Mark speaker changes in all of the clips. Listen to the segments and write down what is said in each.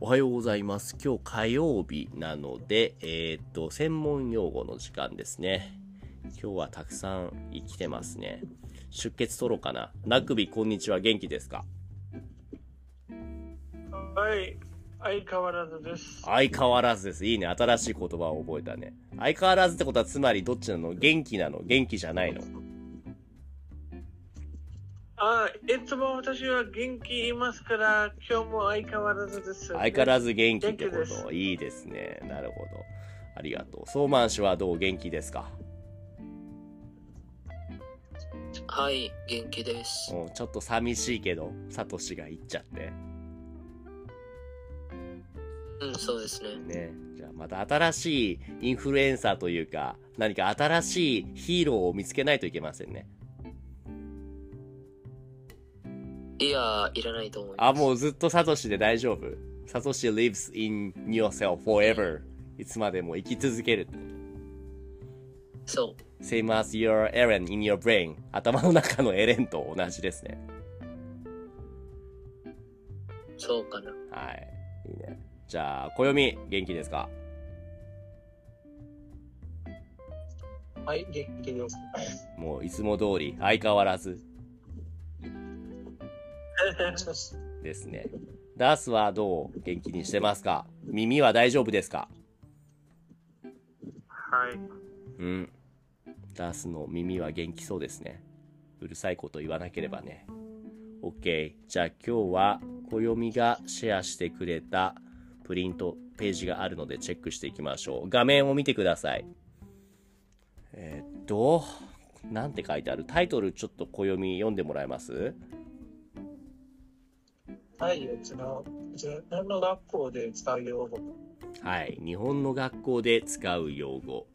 Speaker 1: おはようございます。今日火曜日なので、えー、っと、専門用語の時間ですね。今日はたくさん生きてますね。出血取ろうかな。なくび、こんにちは。元気ですか
Speaker 2: はい、相変わらずです。
Speaker 1: 相変わらずです。いいね。新しい言葉を覚えたね。相変わらずってことは、つまりどっちなの元気なの元気じゃないの
Speaker 2: あ、いつも私は元気いますから、今日も相変わらずです。
Speaker 1: 相変わらず元気ってこ
Speaker 2: 元気
Speaker 1: と。いいですね。なるほど。ありがとう。相馬氏はどう元気ですか
Speaker 3: はい、元気です。
Speaker 1: うんちょっと寂しいけど、サトシが行っちゃって。
Speaker 3: うん、そうですね。
Speaker 1: ね。じゃあまた新しいインフルエンサーというか、何か新しいヒーローを見つけないといけませんね。
Speaker 3: いや、いらないと思います。
Speaker 1: あ、もうずっとサトシで大丈夫。サトシ lives in yourself forever. いつまでも生き続けるってこと。
Speaker 3: そ
Speaker 1: Same as your Eren in your brain. 頭の中のエレンと同じですね。
Speaker 3: う、そうかな。
Speaker 1: はい。いいね。じゃあ、暦、元気ですか
Speaker 2: はい、元 気です。
Speaker 1: もういつも通り、相変わらずですね。ダースはどう元気にしてますか耳は大丈夫ですか
Speaker 2: はい。
Speaker 1: うん。ダースの耳は元気そうですね。うるさいこと言わなければね。OK。じゃあ今日は、暦がシェアしてくれたプリントページがあるのでチェックしていきましょう。画面を見てください。えーっと、なんて書いてあるタイトルちょっと暦読んでもらえます
Speaker 2: はい、うちの、うちの何の学校で使う用語
Speaker 1: はい。日本の学校で使う用語。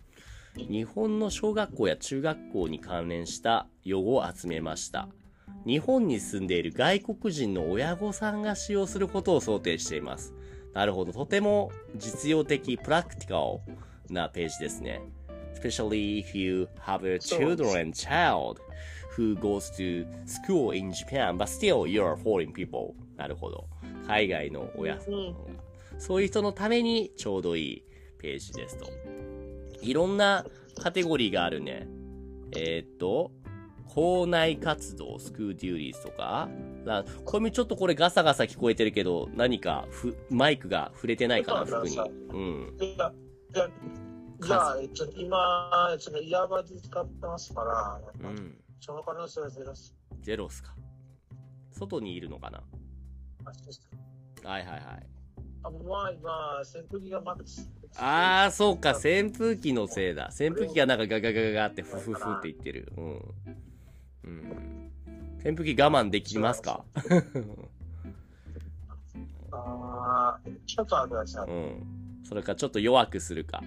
Speaker 1: 日本の小学校や中学校に関連した用語を集めました。日本に住んでいる外国人の親御さんが使用することを想定しています。なるほど。とても実用的、プラクティカルなページですね。Especially if you have a
Speaker 2: そうです
Speaker 1: children child who goes to school in Japan, but still you are foreign people. なるほど。海外の親さんが。そういう人のためにちょうどいいページですと。いろんなカテゴリーがあるね。えーっと、校内活動、スクールデューリーズとか、なこれもちょっとこれガサガサ聞こえてるけど、何かふマイクが触れてないかな、
Speaker 2: そう
Speaker 1: 服
Speaker 2: そう
Speaker 1: に。
Speaker 2: そう
Speaker 1: うん。
Speaker 2: じゃあ、じゃあ、じゃあえっと、今、そのイヤーバーズ使ってますから、
Speaker 1: うん。
Speaker 2: その可能性はゼロです。
Speaker 1: ゼロっすか。外にいるのかなはいはいはい。
Speaker 2: あ、まあ今、扇風機がマックス。
Speaker 1: あー、そうか、扇風機のせいだ。扇風機がなんかガガガガガってフフフって言ってる。うん。うん。扇風機我慢できますか
Speaker 2: あーちょっとあれですよ
Speaker 1: うん。それかちょっと弱くするか。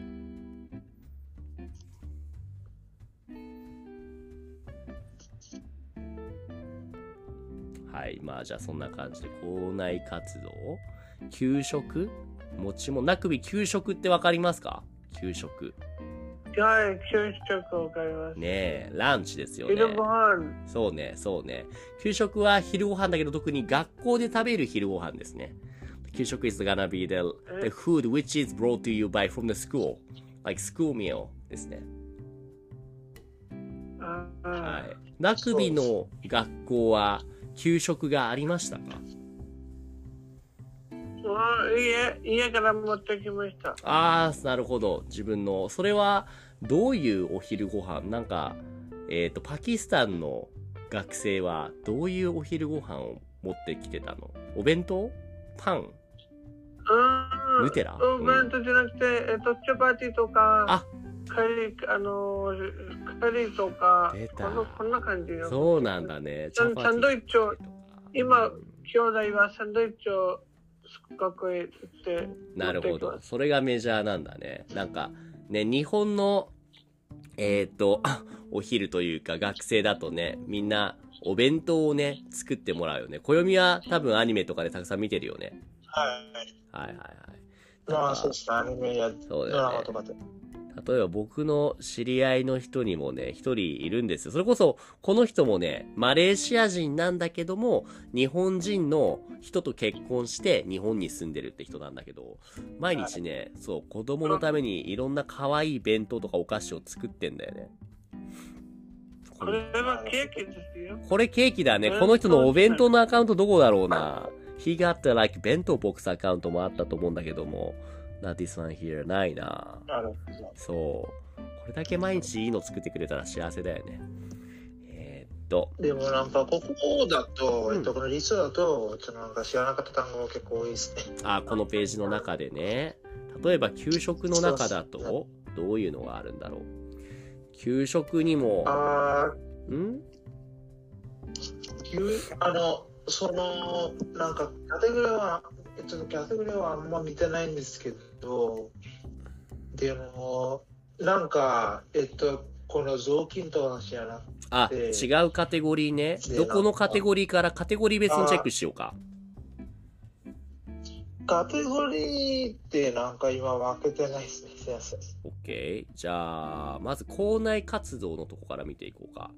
Speaker 1: はい。まあじゃあそんな感じで、校内活動給食持ちも、なくび給食ってわかりますか給食。
Speaker 2: はい、給食を買います。
Speaker 1: ねえ、ランチですよね。
Speaker 2: 昼ご飯
Speaker 1: そうね、そうね。給食は昼ご飯だけど、特に学校で食べる昼ご飯ですね。給食 is gonna be the, the food which is brought to you by from the school. Like school meal ですね。
Speaker 2: あ
Speaker 1: は
Speaker 2: あ
Speaker 1: い。ラグビーの学校は給食がありましたか
Speaker 2: 家家から持ってきました。
Speaker 1: あー、なるほど。自分の。それは、どういうお昼ご飯なんか、えっ、と、パキスタンの学生は、どういうお昼ご飯を持ってきてたのお弁当パン
Speaker 2: うん。
Speaker 1: ヌテラ
Speaker 2: うん、バントじゃなくて、えっと、チャパティとか、
Speaker 1: あ
Speaker 2: カリ、あの、カリとか
Speaker 1: 出、た
Speaker 2: このこんな感じよ。
Speaker 1: そうなんだね。
Speaker 2: サ
Speaker 1: チ
Speaker 2: ン
Speaker 1: ャパティ
Speaker 2: サンドイッチを、今、兄弟はサンドイッチを学校へ行って、
Speaker 1: なるほ
Speaker 2: 持っ
Speaker 1: ど。
Speaker 2: てきます。
Speaker 1: それがメジャーなんだね。なんか、ね、日本の、えっ、と、お昼というか学生だとね、みんなお弁当をね、作ってもらうよね。暦は多分アニメとかでたくさん見てるよね。
Speaker 2: はい。
Speaker 1: はいはいはい。
Speaker 2: まあ、そうですね、アニメや
Speaker 1: そうだ
Speaker 2: ドラマ
Speaker 1: よ
Speaker 2: と
Speaker 1: ね。
Speaker 2: かで。
Speaker 1: 例えば僕の知り合いの人にもね、一人いるんですよ。それこそ、この人もね、マレーシア人なんだけども、日本人の人と結婚して日本に住んでるって人なんだけど、毎日ね、そう、子供のためにいろんな可愛い弁当とかお菓子を作ってんだよね。
Speaker 2: これはケーキですよ。
Speaker 1: これケーキだね。この人のお弁当のアカウントどこだろうな。He got the like 弁当ボックスアカウントもあったと思うんだけども。Not this one here ないな。
Speaker 4: なるほど。
Speaker 1: そう。これだけ毎日いいの作ってくれたら幸せだよね。えーっと。
Speaker 4: でもなんか、ここだと、えっと、このリストだと、ちょっとなんか知らなかった単語結構多いですね。
Speaker 1: あ、このページの中でね。例えば給食の中だと、どういうのがあるんだろう。給食にも、
Speaker 4: あ
Speaker 1: ん
Speaker 4: ー、急あの、その、なんか、キャテゴリーは、えっと、キャテゴリーはあんま見てないんですけど、でも、なんか、えっと、この雑巾と話やな。
Speaker 1: あ、
Speaker 4: え
Speaker 1: 違
Speaker 4: ー
Speaker 1: うカテゴリーね。どこのカテゴリーからカテゴリー別にチェックしようか。
Speaker 4: カテゴリーってなんか今分けてないですね、すいません。
Speaker 1: OK。じゃあ、まず校内活動のとこから見ていこうか。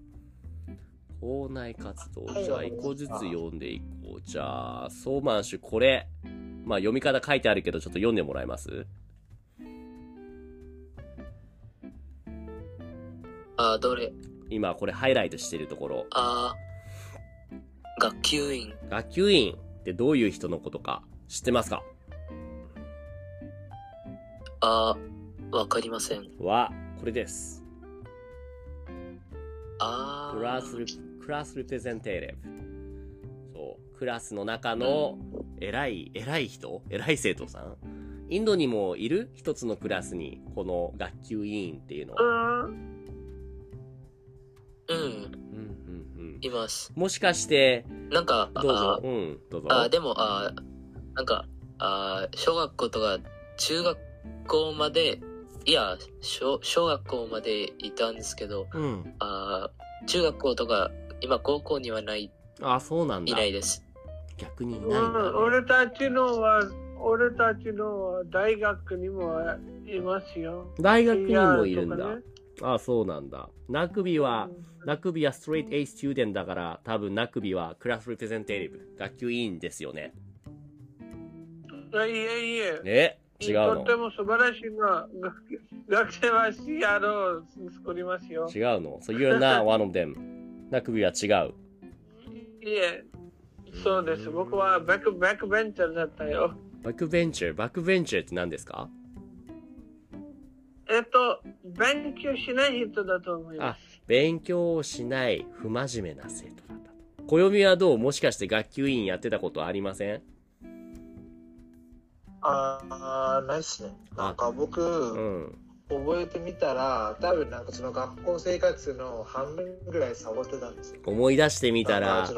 Speaker 1: 校内活動。じゃあ、一個ずつ読んでいこう。じゃあ、ソーマンシュ、これ。まあ、読み方書いてあるけど、ちょっと読んでもらえます
Speaker 3: あー、どれ
Speaker 1: 今、これハイライトしてるところ。
Speaker 3: あー、学級委員。
Speaker 1: 学級委員ってどういう人のことか知ってますか
Speaker 3: あー、わかりません。
Speaker 1: は、これです。
Speaker 3: あー、
Speaker 1: クラスリ、クラスリプレゼンテーレブ。そう。クラスの中の、偉い、偉い人偉い生徒さんインドにもいる一つのクラスに、この学級委員っていうのは。
Speaker 2: うん。
Speaker 3: うん、
Speaker 1: うんうんうん
Speaker 3: います。
Speaker 1: もしかして、
Speaker 3: なんか、
Speaker 1: どう
Speaker 3: あ
Speaker 1: ぞ
Speaker 3: ー。
Speaker 1: うん、どうぞ。
Speaker 3: あーでも、あーなんか、あー小学校とか中学校まで、いや、小小学校までいたんですけど、
Speaker 1: うん。
Speaker 3: あー中学校とか、今高校にはない、
Speaker 1: あ、そうなん
Speaker 3: い
Speaker 1: だ
Speaker 3: な。いです。
Speaker 1: 逆にいないん
Speaker 2: う
Speaker 1: だね、
Speaker 2: ん、俺たちのは、俺たちのは大学にもいますよ。
Speaker 1: 大学にもいるん
Speaker 2: い
Speaker 1: だ
Speaker 2: やとかね。
Speaker 1: あ、そうなんだ。ナクビは、ナクビはストレート A スチューデンだから、多分ナクビはクラスリプレゼンテーティブ、学級委員ですよね。
Speaker 2: うんいえいえ。
Speaker 1: え違う
Speaker 2: と
Speaker 1: の
Speaker 2: っても素晴らしいな学学生はしいあの作りますよ。
Speaker 1: 違うの ?So you're not one of them. ナクビは違う。
Speaker 2: いえ、そうです。僕はバックバックベンチャーだったよ。
Speaker 1: バックベンチャー、バックベンチャーって何ですか
Speaker 2: えっと、勉強しない人だと思いま
Speaker 1: あ
Speaker 2: す。、
Speaker 1: 勉強をしない不真面目な生徒だったと。暦はどうもしかして学級委員やってたことありません
Speaker 4: あー、ないっすね。なんか僕、
Speaker 1: うん。
Speaker 4: 覚えてみたら、多分なんかその学校生活の半分ぐらいサボってたんですよ。
Speaker 1: 思い出してみたら、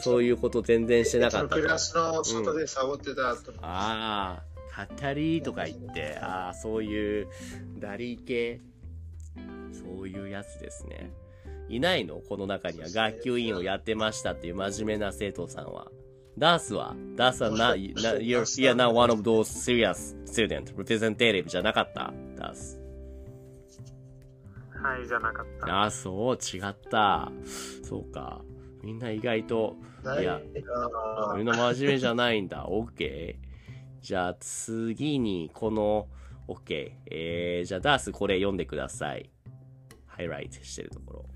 Speaker 1: そう
Speaker 4: う
Speaker 1: いうこと全然してなかった
Speaker 4: ク
Speaker 1: と。
Speaker 4: ラスの外でサボってたと、
Speaker 1: ああ、語りとか言って、ああ、そういう、ダリー系、そういうやつですね。いないのこの中には学級委員をやってましたっていう真面目な生徒さんは。ダースはダー スはな、
Speaker 4: そう
Speaker 1: な、you're, you're not one of those serious student representative じゃなかったダース。
Speaker 5: はい、じゃなかった。
Speaker 1: ああ、そう、違った。そうか。みんな意外と、
Speaker 4: ない
Speaker 1: いや
Speaker 4: あ
Speaker 1: みんな真面目じゃないんだ。OK。じゃあ次に、この、OK。えー、じゃあダースこれ読んでください。ハイライトしてるところ。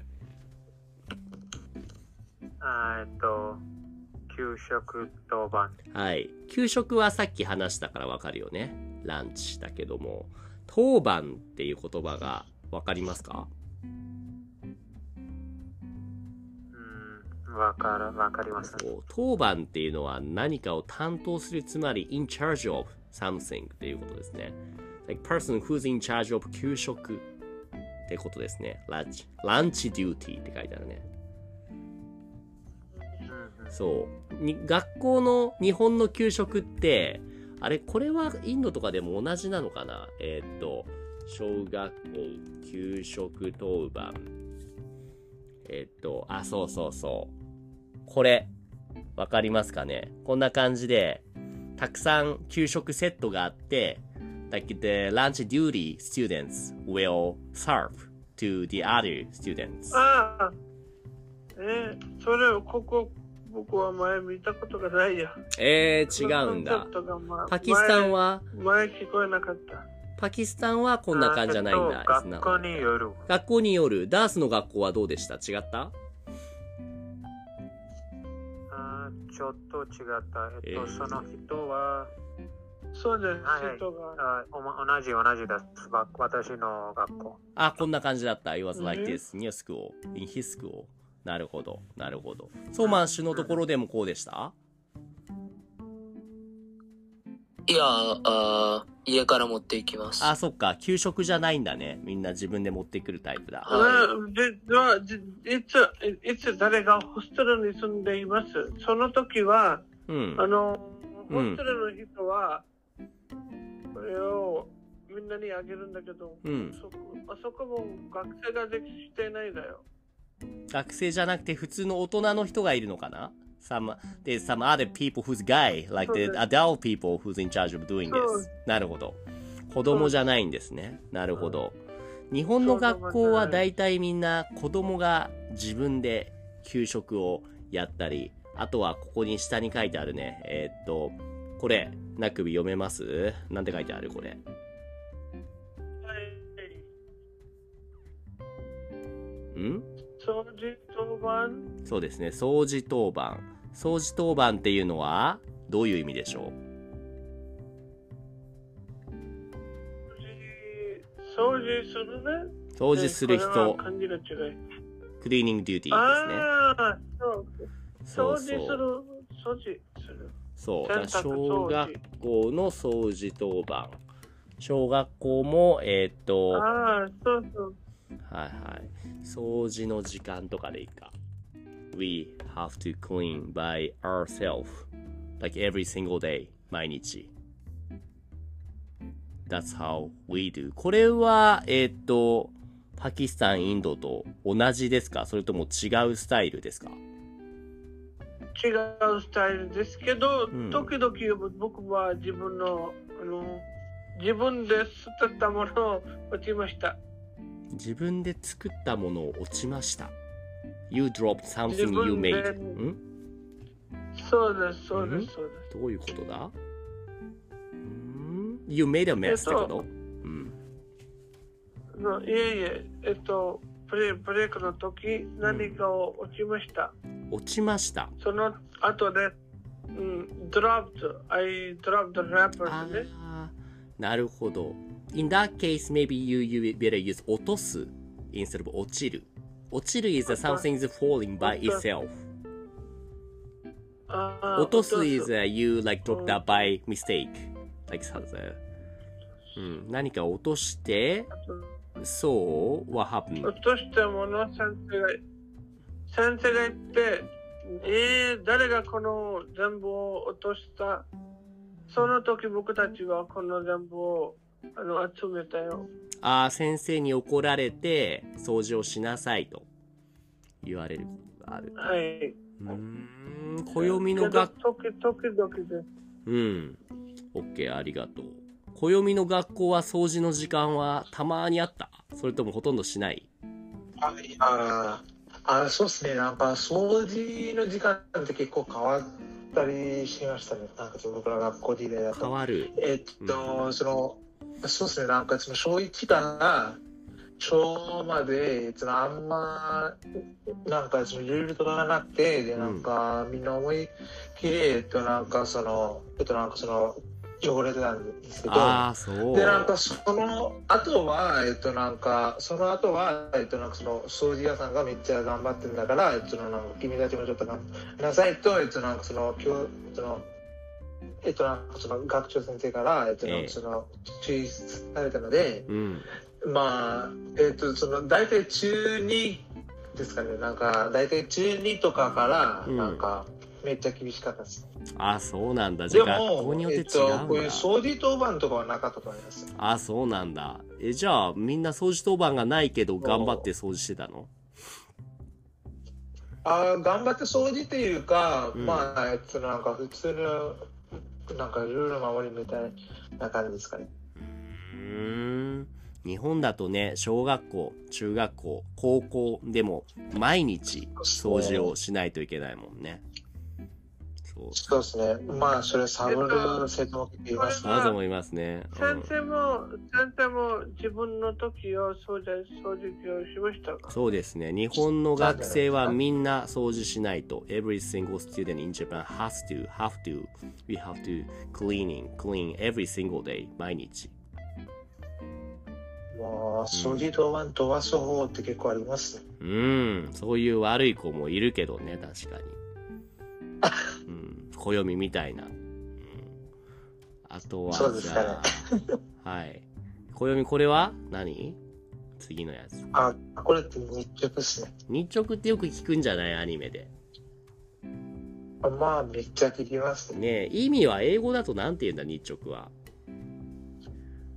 Speaker 5: あーえっと、給食当番。
Speaker 1: はい。給食はさっき話したからわかるよね。ランチだけども。当番っていう言葉がわかりますか
Speaker 5: うん、わかる、わかります。
Speaker 1: こう当番っていうのは何かを担当する、つまり in charge of something っていうことですね。like person who's in charge of 給食ってことですね。ランチ、ランチデューティーって書いてあるね。
Speaker 5: うんうん
Speaker 1: そう。に学校の日本の給食って、あれ、これはインドとかでも同じなのかなえーっと、小学校給食当番。えーっと、あ、そうそうそう。これ、わかりますかねこんな感じで、たくさん給食セットがあって、 like the lunch duty students will serve to the other students.
Speaker 2: ああ。えー、それをここ、僕は前見たことがないや。
Speaker 1: えー、違うん
Speaker 2: そ
Speaker 1: だ
Speaker 2: のコン。セプトがまあ
Speaker 1: パキスタンは、
Speaker 2: 前。前聞こえなかった。
Speaker 1: パキスタンはこんな感じじゃないんだ。
Speaker 5: あえっと学校による。
Speaker 1: 学校による、ダースの学校はどうでした違った
Speaker 5: あちょっと違った。えっと、
Speaker 1: えー
Speaker 5: その人は、
Speaker 2: そうです、
Speaker 5: はいはい
Speaker 2: 人が。
Speaker 5: あおま同じ同じです。わ私の学校。
Speaker 1: あ、こんな感じだった。It was
Speaker 2: うん
Speaker 1: like this in your school, in his school. なるほど、なるほど。ソーマン氏のところでもこうでした
Speaker 3: いや、あー家から持っていきます。
Speaker 1: あ、そっか。給食じゃないんだね。みんな自分で持ってくるタイプだ。
Speaker 3: は
Speaker 2: うんで、は、じいつ、いつ誰がホステルに住んでいます。その時は、
Speaker 1: うん
Speaker 2: あ。の、
Speaker 1: う
Speaker 2: ホ
Speaker 1: ん
Speaker 2: ステルの人は、これをみんなにあげるんだけど、
Speaker 1: うん
Speaker 2: そこあそこも学生ができしてないだよ。
Speaker 1: 学生じゃなくて普通の大人の人がいるのかな Some, there's some other people who's guy, like
Speaker 2: そうで
Speaker 1: the
Speaker 2: す
Speaker 1: adult people who's in charge of doing
Speaker 2: そう
Speaker 1: this. なるほど。子供じゃないんですね。なるほど。日本の学校は大体みんな子供が自分で給食をやったり、あとはここに下に書いてあるね。えーっと、これ、なくび読めますなんて書いてあるこれ。
Speaker 2: はい。
Speaker 1: ん
Speaker 2: 掃除当番、
Speaker 1: そうですね。掃除当番。掃除当番っていうのは、どういう意味でしょう
Speaker 2: 掃除するね。
Speaker 1: 掃除する
Speaker 2: でこれは
Speaker 1: 人、
Speaker 2: 感じの違い。
Speaker 1: クリーニングデューティーですね。
Speaker 2: ああ、そう。
Speaker 1: そ
Speaker 2: 掃
Speaker 1: う
Speaker 2: 除する、
Speaker 1: そう。
Speaker 2: 掃除する。
Speaker 1: そう。だ
Speaker 2: 洗
Speaker 1: か
Speaker 2: 濯
Speaker 1: ら小学校の掃除当番。小学校も、えーっと、は
Speaker 2: ああ、そうそう。
Speaker 1: いはい。掃除の時間とかでいいか。We have to clean by ourselves. Like every single day.毎日。That's how we do. これは、えーっと、パキスタン、インドと同じですかそれとも違うスタイルですか
Speaker 2: 違うスタイルですけど、
Speaker 1: うん
Speaker 2: 時々僕は自分のあの自分で作ったものを 落ちました
Speaker 1: 自分で作ったものを落ちました。You dropped
Speaker 2: 自
Speaker 1: something you
Speaker 2: 分で
Speaker 1: made. ん
Speaker 2: そうですそうで
Speaker 1: うん
Speaker 2: すそうで
Speaker 1: どういうことだん ?You made a
Speaker 2: え
Speaker 1: mess
Speaker 2: っ
Speaker 1: っ
Speaker 2: と
Speaker 1: てことうん。
Speaker 2: すのいえいええっとブレブレイクの時何かを落ちました、
Speaker 1: 落ちました。
Speaker 2: その後で、うん、ドロップ I dropped the wrapper ね
Speaker 1: あーなるほど。In that case, maybe you, you better use 落とす instead of 落ちる。落ちる is that
Speaker 2: 落とす
Speaker 1: something is falling by
Speaker 2: 落とす
Speaker 1: itself.
Speaker 2: あー
Speaker 1: 落とす is
Speaker 2: 落
Speaker 1: uh, you like drop that by mistake. Like something. うん、何か落として、そう What happened?
Speaker 2: 落としたものを先生が先生が言ってえー、誰がこの全部を落としたその時僕たちはこの全部をあの集めたよ
Speaker 1: ああ、先生に怒られて、掃除をしなさいと言われることがある。
Speaker 2: はい。
Speaker 1: うーん、暦の学、
Speaker 2: 時時々で
Speaker 1: うん。OK、ありがとう。暦の学校は掃除の時間はたまにあったそれともほとんどしない
Speaker 4: あいやーあそうですねなんか掃除の時間って結構変わったりしましたねなんかその僕ら学校時代だ
Speaker 1: 変
Speaker 4: と
Speaker 1: わる。
Speaker 4: えっと、そのそうですねなんかその小1から小までそのあんまなんかそのルールとかがなくてでなんかみんな思いっきりえっとなんかそのえっとなんかその汚れてたんですけど
Speaker 1: ああ、そう
Speaker 4: で。なんかその後はえっとなんかその後はえっとなんかその掃除屋さんがめっちゃ頑張ってんだからえっとなんか君たちもちょっと頑張りなさいとえっとなんかその今日そのえっとなんかその学長先生からえっとなん
Speaker 1: ええ
Speaker 4: かその注意されたので、
Speaker 1: うん。
Speaker 4: まあえっとその大体中2ですかねなんか大体中2とかから
Speaker 1: うん
Speaker 4: なんかめっちゃ厳しかったです。
Speaker 1: ああ、そうなんだ。じ
Speaker 4: で
Speaker 1: ゃあ学校
Speaker 4: も
Speaker 1: によって
Speaker 4: え
Speaker 1: 違う
Speaker 4: っ
Speaker 1: ん
Speaker 4: とこういう
Speaker 1: だ。
Speaker 4: 掃除当番とかはなかったと思います。
Speaker 1: ああ、そうなんだ。え、じゃあみんな掃除当番がないけど頑張って掃除してたの
Speaker 4: あー頑張って掃除っていうか、
Speaker 1: うん
Speaker 4: まあ、えっと、なんか普通の、なんかルール守りみたいな感じですかね。
Speaker 1: うん。日本だとね、小学校、中学校、高校でも毎日掃除をしないといけないもんね。そう。
Speaker 4: そうですね。まあ、それサブの生徒も結構いますね。
Speaker 1: そうだと思いますね。うん
Speaker 2: 先生も、先生も自分の時を掃除、掃除機をしましたか
Speaker 1: そうですね。日本の学生はみんな掃除しないと。Every single student in Japan has to, have to, we have to cleaning, clean every single day, 毎日。
Speaker 4: もう、ソリドワンとワソ法って結構ありますね。
Speaker 1: うん、そういう悪い子もいるけどね、確 かに。うん、暦みたいな。うん、あとは、
Speaker 4: そうですかね
Speaker 1: じゃあはい。暦これは何次のやつ。
Speaker 4: あ、これって日直ですね。
Speaker 1: 日直ってよく聞くんじゃないアニメで。
Speaker 4: あまあ、めっちゃ聞きますね。
Speaker 1: ねえ、意味は英語だとなんて言うんだ、日直は。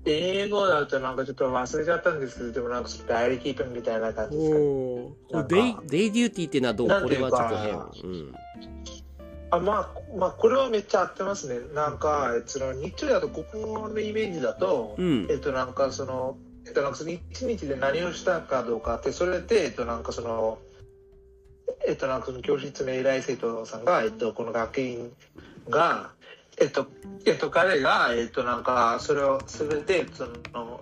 Speaker 4: 英語だとなんかちょっと忘れちゃったんですけど、でもなんかちょっと代理キープみたいな感じですかね。
Speaker 1: おお。デイ、デイデューティーってのはどう
Speaker 4: なん
Speaker 1: こ
Speaker 4: て
Speaker 1: れ
Speaker 4: い
Speaker 1: は
Speaker 4: う
Speaker 1: ちょ
Speaker 4: か
Speaker 1: っと変。うん。
Speaker 4: あまあ、まあ、これはめっちゃ合ってますね。なんか、えっとその日中だと、ここのイメージだと、
Speaker 1: うん
Speaker 4: えっと、なんかその、えっと、なんかその一日で何をしたかどうかって、それで、えっと、なんかその、えっと、なんかその教室の偉い生徒さんが、えっと、この学院が、えっと、えっと、彼が、えっと、なんか、それを、それで、その、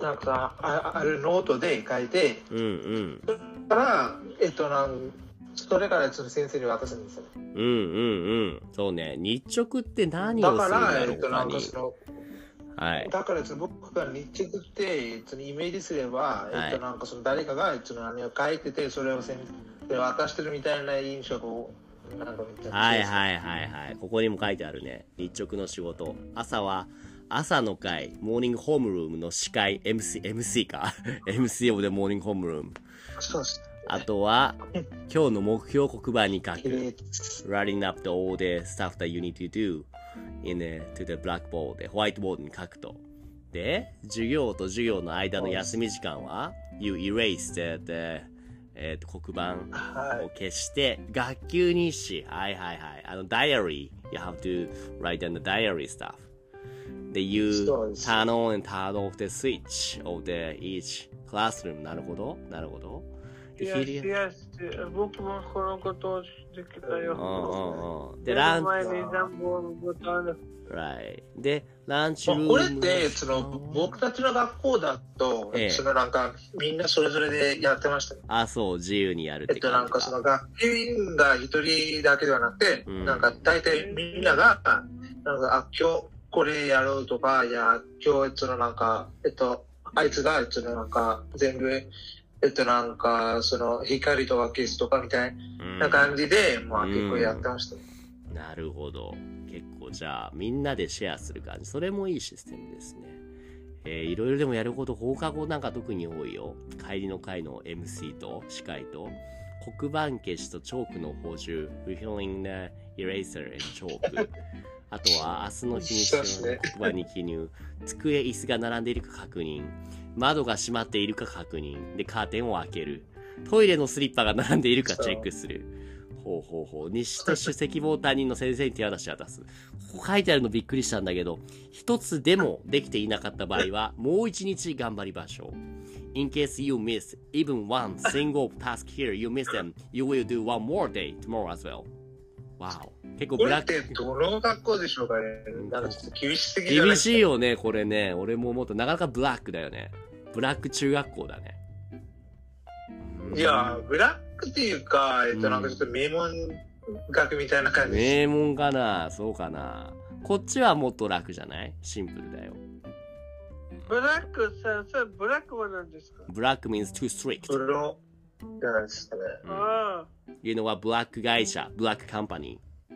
Speaker 4: なんかあ、あるノートで書いて、
Speaker 1: うんうん。
Speaker 4: から、えっと、なんそれから、その先生に渡すんですよね。
Speaker 1: うんうんうん。そうね。日直って何
Speaker 4: だ
Speaker 1: をす
Speaker 4: か
Speaker 1: るん
Speaker 4: ら、
Speaker 1: だ
Speaker 4: え
Speaker 1: ろ
Speaker 4: っ
Speaker 1: う
Speaker 4: と、な
Speaker 1: か
Speaker 4: ん
Speaker 1: に
Speaker 4: か。その、
Speaker 1: はい。
Speaker 4: だからその僕が日直って、えっと、イメージすれば、
Speaker 1: はい
Speaker 4: えっと、なんかその誰かが、えっと、何を書いててそれを先生に渡してるみたいな印象をなんか見た
Speaker 1: はい
Speaker 4: い
Speaker 1: はいはいはい。ここにも書いてあるね。日直の仕事。朝は、朝の会、モーニングホームルームの司会、MC、MC か ?MC of the morning homeroom。
Speaker 4: そうです
Speaker 1: あとは、今日の目標黒板に書
Speaker 4: 綺
Speaker 1: く。
Speaker 4: 麗です、
Speaker 1: writing up the all the stuff that you need to do in the, to the blackboard でホワイトボードに書くと。で、授業と授業の間の休み時間は、you erase the, the えーと黒板
Speaker 4: は
Speaker 1: を消して、学級日誌。はいはいはい。あの、diary。you have to write down the diary stuff. で、you
Speaker 4: そうです
Speaker 1: turn on and turn off the switch of the each classroom. なるほど。なるほど。で
Speaker 2: ?Yes,
Speaker 1: 昼
Speaker 2: yes. 僕もこのことをしてきた
Speaker 1: うん
Speaker 2: よ。
Speaker 1: うんうん。で、
Speaker 2: 目
Speaker 1: ラ
Speaker 2: の
Speaker 1: ン
Speaker 2: 前に全部ボタン
Speaker 1: Right. で、ランチ
Speaker 4: い、
Speaker 1: ルーム
Speaker 4: まあ、
Speaker 1: の。
Speaker 4: これってその僕たちの学校だと、
Speaker 1: ええ
Speaker 4: そのなんかみんなそれぞれでやってましたね
Speaker 1: あ、そう、自由にやるっ
Speaker 4: えってと、なん
Speaker 1: 感じ
Speaker 4: かその学級委員が一人だけではなくて、
Speaker 1: うん
Speaker 4: なんか大体みんなが、なんか、あ、今日これやろうとか、いや、今日、そのなんか、えっと、あいつが、そのなんか、全部、えっと、なんか、その、光とか消すとかみたいな
Speaker 1: か、
Speaker 4: 感じで、まあ
Speaker 1: うん
Speaker 4: 結構やってましたね。
Speaker 1: うんなるほど。結構じゃあ、みんなでシェアする感じ。それもいいシステムですね。えーいろいろでもやること放課後なんか特に多いよ。帰りの会の MC と司会と、黒板消しとチョークの補充、refilling the eraser and chalk。あとは、明日の日に
Speaker 4: そうですね
Speaker 1: 黒板に記入、机、椅子が並んでいるか確認、窓が閉まっているか確認、で、カーテンを開ける、トイレのスリッパが並んでいるかチェックする。ほうほうほう。日誌と主席簿を担任の先生に手渡し渡す。ここ書いてあるのびっくりしたんだけど、一つでもできていなかった場合は、もう一日頑張りましょう。In case you miss even one single task here, you miss them, you will do one more day tomorrow as well. Wow. 結構
Speaker 4: こ
Speaker 1: ブ
Speaker 4: れ
Speaker 1: ラッ
Speaker 4: っ
Speaker 1: ク
Speaker 4: て。どの学校でしょうかねなんかちょっと厳しすぎじゃない
Speaker 1: 厳しいよね、これね。俺も思った。なかなかブラックだよね。ブラック中学校だね。うん
Speaker 4: いや、ブラックっていうか、えっと、なんかちょっと名門学みたいな感じで
Speaker 1: 名
Speaker 4: す。
Speaker 1: 門かなそうかなこっちはもっと楽じゃないシンプルだよ。
Speaker 2: ブラック先生、ブラックは何ですか、
Speaker 1: black means too strict.
Speaker 4: それの、じゃないですかね。
Speaker 2: あ
Speaker 1: You know what? black 会社 black company.
Speaker 2: あ。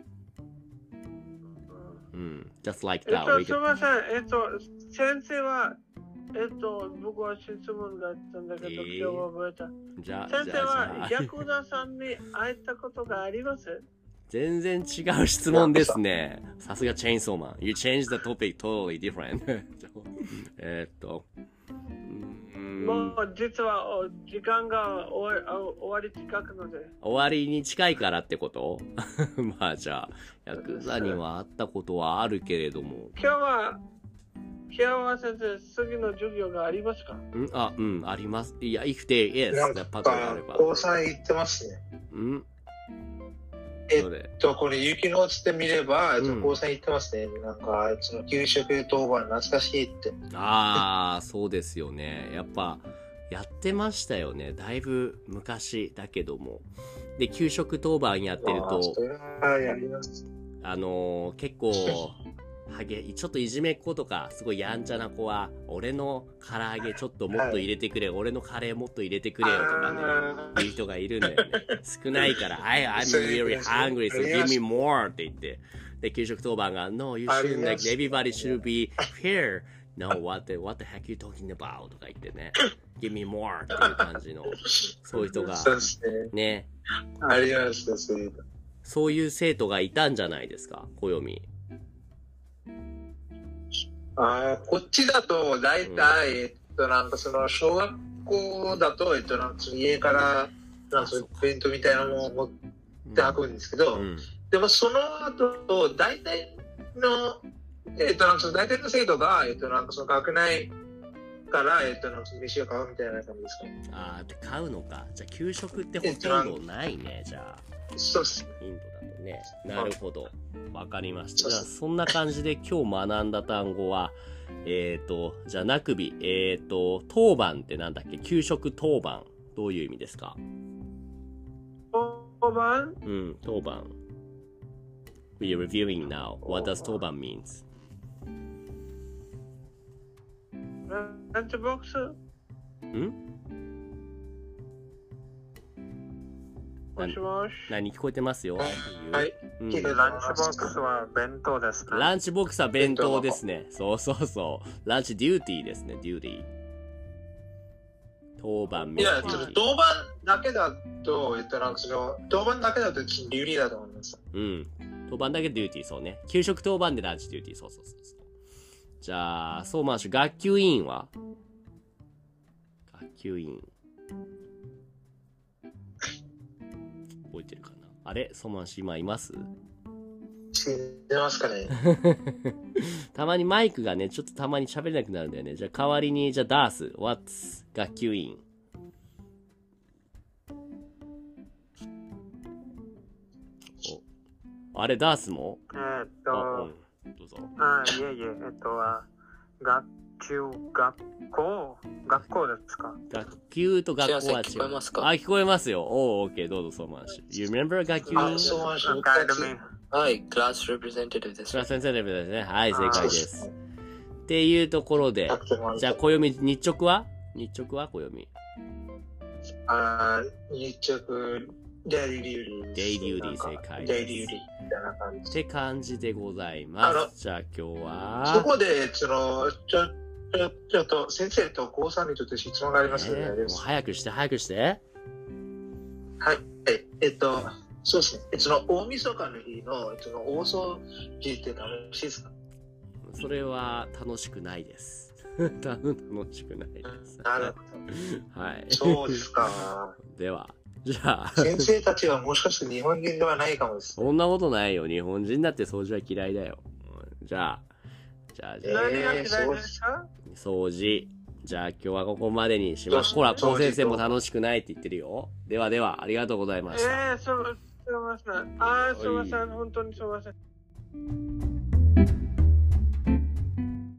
Speaker 1: うん。just like
Speaker 2: えっ
Speaker 1: that.
Speaker 2: と、
Speaker 1: We
Speaker 2: すみ
Speaker 1: could-
Speaker 2: ません。えっと、先生は、えっと、僕は質問があったんだけど、
Speaker 1: えー
Speaker 2: 今日は覚えた。
Speaker 1: じゃあ、
Speaker 2: 先
Speaker 1: じ
Speaker 2: 生
Speaker 1: ゃ
Speaker 2: は
Speaker 1: あ、じゃ
Speaker 2: ヤ
Speaker 1: あ。
Speaker 2: クザさんに会えたことがあります
Speaker 1: 全然違う質問ですね。さすがチェーンソーマン。You change the topic totally different. えーっと。 うーん
Speaker 2: もう実はお時間が終わりあ終わり近くので。
Speaker 1: 終わりに近いからってこと まあじゃあ、ヤクザには会ったことはあるけれども。
Speaker 2: 今日は平和先生、次の授業がありますか
Speaker 1: んあ、うん、あります。いや、if there is,
Speaker 4: なん
Speaker 1: なパ
Speaker 4: か
Speaker 1: ターンあれば。
Speaker 4: 高三行ってますね。
Speaker 1: うん。
Speaker 4: え
Speaker 1: それ。
Speaker 4: と、これ、雪の落ちてみれば、えっと
Speaker 1: うん
Speaker 4: 高三行ってますね。なんか、あいつの給食当番懐かしいって。
Speaker 1: ああ、そうですよね。やっぱ、やってましたよね。だいぶ昔だけども。で、給食当番やってる
Speaker 4: あー
Speaker 1: と
Speaker 4: そ、れはやります。
Speaker 1: あのー結構、はげ、ちょっといじめっ子とか、すごいやんちゃな子は、俺の唐揚げちょっともっと入れてくれ、俺のカレーもっと入れてくれよとかね。
Speaker 4: あ
Speaker 1: いう人がいるんだよね。少ない から、I, I'm
Speaker 4: そういうこ
Speaker 1: really
Speaker 4: とですね
Speaker 1: hungry, so
Speaker 4: あり
Speaker 1: give
Speaker 4: ま
Speaker 1: me
Speaker 4: す
Speaker 1: more って言って。で、給食当番が、No, you
Speaker 4: あり
Speaker 1: shouldn't,
Speaker 4: ま
Speaker 1: like,
Speaker 4: す
Speaker 1: everybody should be fair. No, what the, what the heck you talking about? とか言ってね。Give me more っていう感 じの、そういう人
Speaker 4: ー
Speaker 1: が、
Speaker 4: そうですね。
Speaker 1: ね。
Speaker 4: ありました、そういうの
Speaker 1: そういう生徒がいたんじゃないですか、暦。
Speaker 4: あーこっちだと、大体、えっと、なんかその、小学校だと、えっと、なんかその家から、なんかそういうイベントみたいなのを持って運ぶんですけど、
Speaker 1: うん。
Speaker 4: でもその後、大体の、えっ、と、なんかその大体の生徒が、えっ、と、なんかその学内から、えっ、と、なんかその飯を買うみたいな感じですかね。
Speaker 1: ああ、で買うのか。じゃあ、給食ってほとんどないね、じゃあ。
Speaker 4: そうっすね。
Speaker 1: インドだとね。なるほど。わかりました。じゃあ、そんな感じで今日学んだ単語は、えっ、ー、と、じゃあ、なくび、えっ、ー、と、当番ってなんだっけ給食当番。どういう意味ですか
Speaker 2: 当番
Speaker 1: うん、当番。We are reviewing now. What does 当番 means?
Speaker 2: ランチボックス
Speaker 1: ん
Speaker 2: もしもし。
Speaker 1: 何聞こえてますよっていう
Speaker 4: はい。
Speaker 1: うん
Speaker 4: 聞いて
Speaker 5: ランチボックスは弁当ですね。
Speaker 1: ランチボックスは弁当ですね。そうそうそう。ランチデューティーですね、デューティー。当番
Speaker 4: い
Speaker 1: メ
Speaker 4: や、
Speaker 1: ッ
Speaker 4: ち
Speaker 1: セ
Speaker 4: ょっ
Speaker 1: ー
Speaker 4: と
Speaker 1: ジ
Speaker 4: 当番だけだと、えっ、と、なんかその、当番だけだと、ちょっと有利だと思います。
Speaker 1: うん。当番だけデューティー、そうね。給食当番でランチデューティー、そうそうそうそう。じゃあ、そうまんしゅ、学級委員は学級委員。覚えてるかなあれそうまんしゅ、今います
Speaker 4: 知ってますかね。
Speaker 1: たまにマイクがね、ちょっとたまに喋れなくなるんだよね。じゃあ、代わりに、じゃあ、ダース、What's 学級委員。おあれ、ダースも
Speaker 5: えーっと、
Speaker 1: あ、うん、どうぞ。
Speaker 5: あいえいえ、えっと、あ学級、学校、学校ですか。
Speaker 1: 学級と学校は違う。
Speaker 3: すいません聞こえますか
Speaker 1: あ、聞こえますよ。おう、OK、どうぞ、そうまんし。You remember 学級
Speaker 4: あ、そうなんですよ。
Speaker 5: ガイドミン。
Speaker 3: はい、クラスレプレゼンテティブです
Speaker 1: それ。は先生レベルですね。はい、正解で
Speaker 4: あ
Speaker 1: す
Speaker 4: ー。
Speaker 1: っていうところで
Speaker 4: キャ、プテンもある
Speaker 1: じゃあ、暦、日直は日直は暦。
Speaker 4: あー日直、デイリューリー。
Speaker 1: デイリューリー
Speaker 4: なんか
Speaker 1: 正解です
Speaker 4: デイリューリーみたいな感
Speaker 1: っ
Speaker 4: じ。
Speaker 1: て感じでござい
Speaker 4: あら
Speaker 1: ます。じゃあ、今日
Speaker 4: そ
Speaker 1: は、
Speaker 4: こで、その、ちょ、ちょ、ちょっと、先生と高三にちょっと質問がありますので、
Speaker 1: ね
Speaker 4: あ
Speaker 1: も
Speaker 4: れ
Speaker 1: う
Speaker 4: です
Speaker 1: 早くして、早くして。
Speaker 4: はい。え、えっと、そうですね。えその、大晦日の日の、その、大掃除って楽しいですか
Speaker 1: それは楽しくないです。 た楽しくないです。
Speaker 4: なるほ
Speaker 1: はい
Speaker 4: ど。。そうで すか。
Speaker 1: では、じゃあ、
Speaker 4: 先生たちはもしかして日本人ではないかもです。
Speaker 1: そんなことないよ。日本人だって掃除は嫌いだよ。うんじゃあ、じゃあ、じゃあ、
Speaker 2: 何が嫌いですか
Speaker 1: 掃除。じゃあ、今日はここまでにします。ほ
Speaker 4: そう
Speaker 1: ら、
Speaker 4: そう
Speaker 1: この先生も楽しくないって言ってるよ。ではでは、ありがとうございました。
Speaker 2: えー、そう、すみません。あー、すみません。本当にすみません。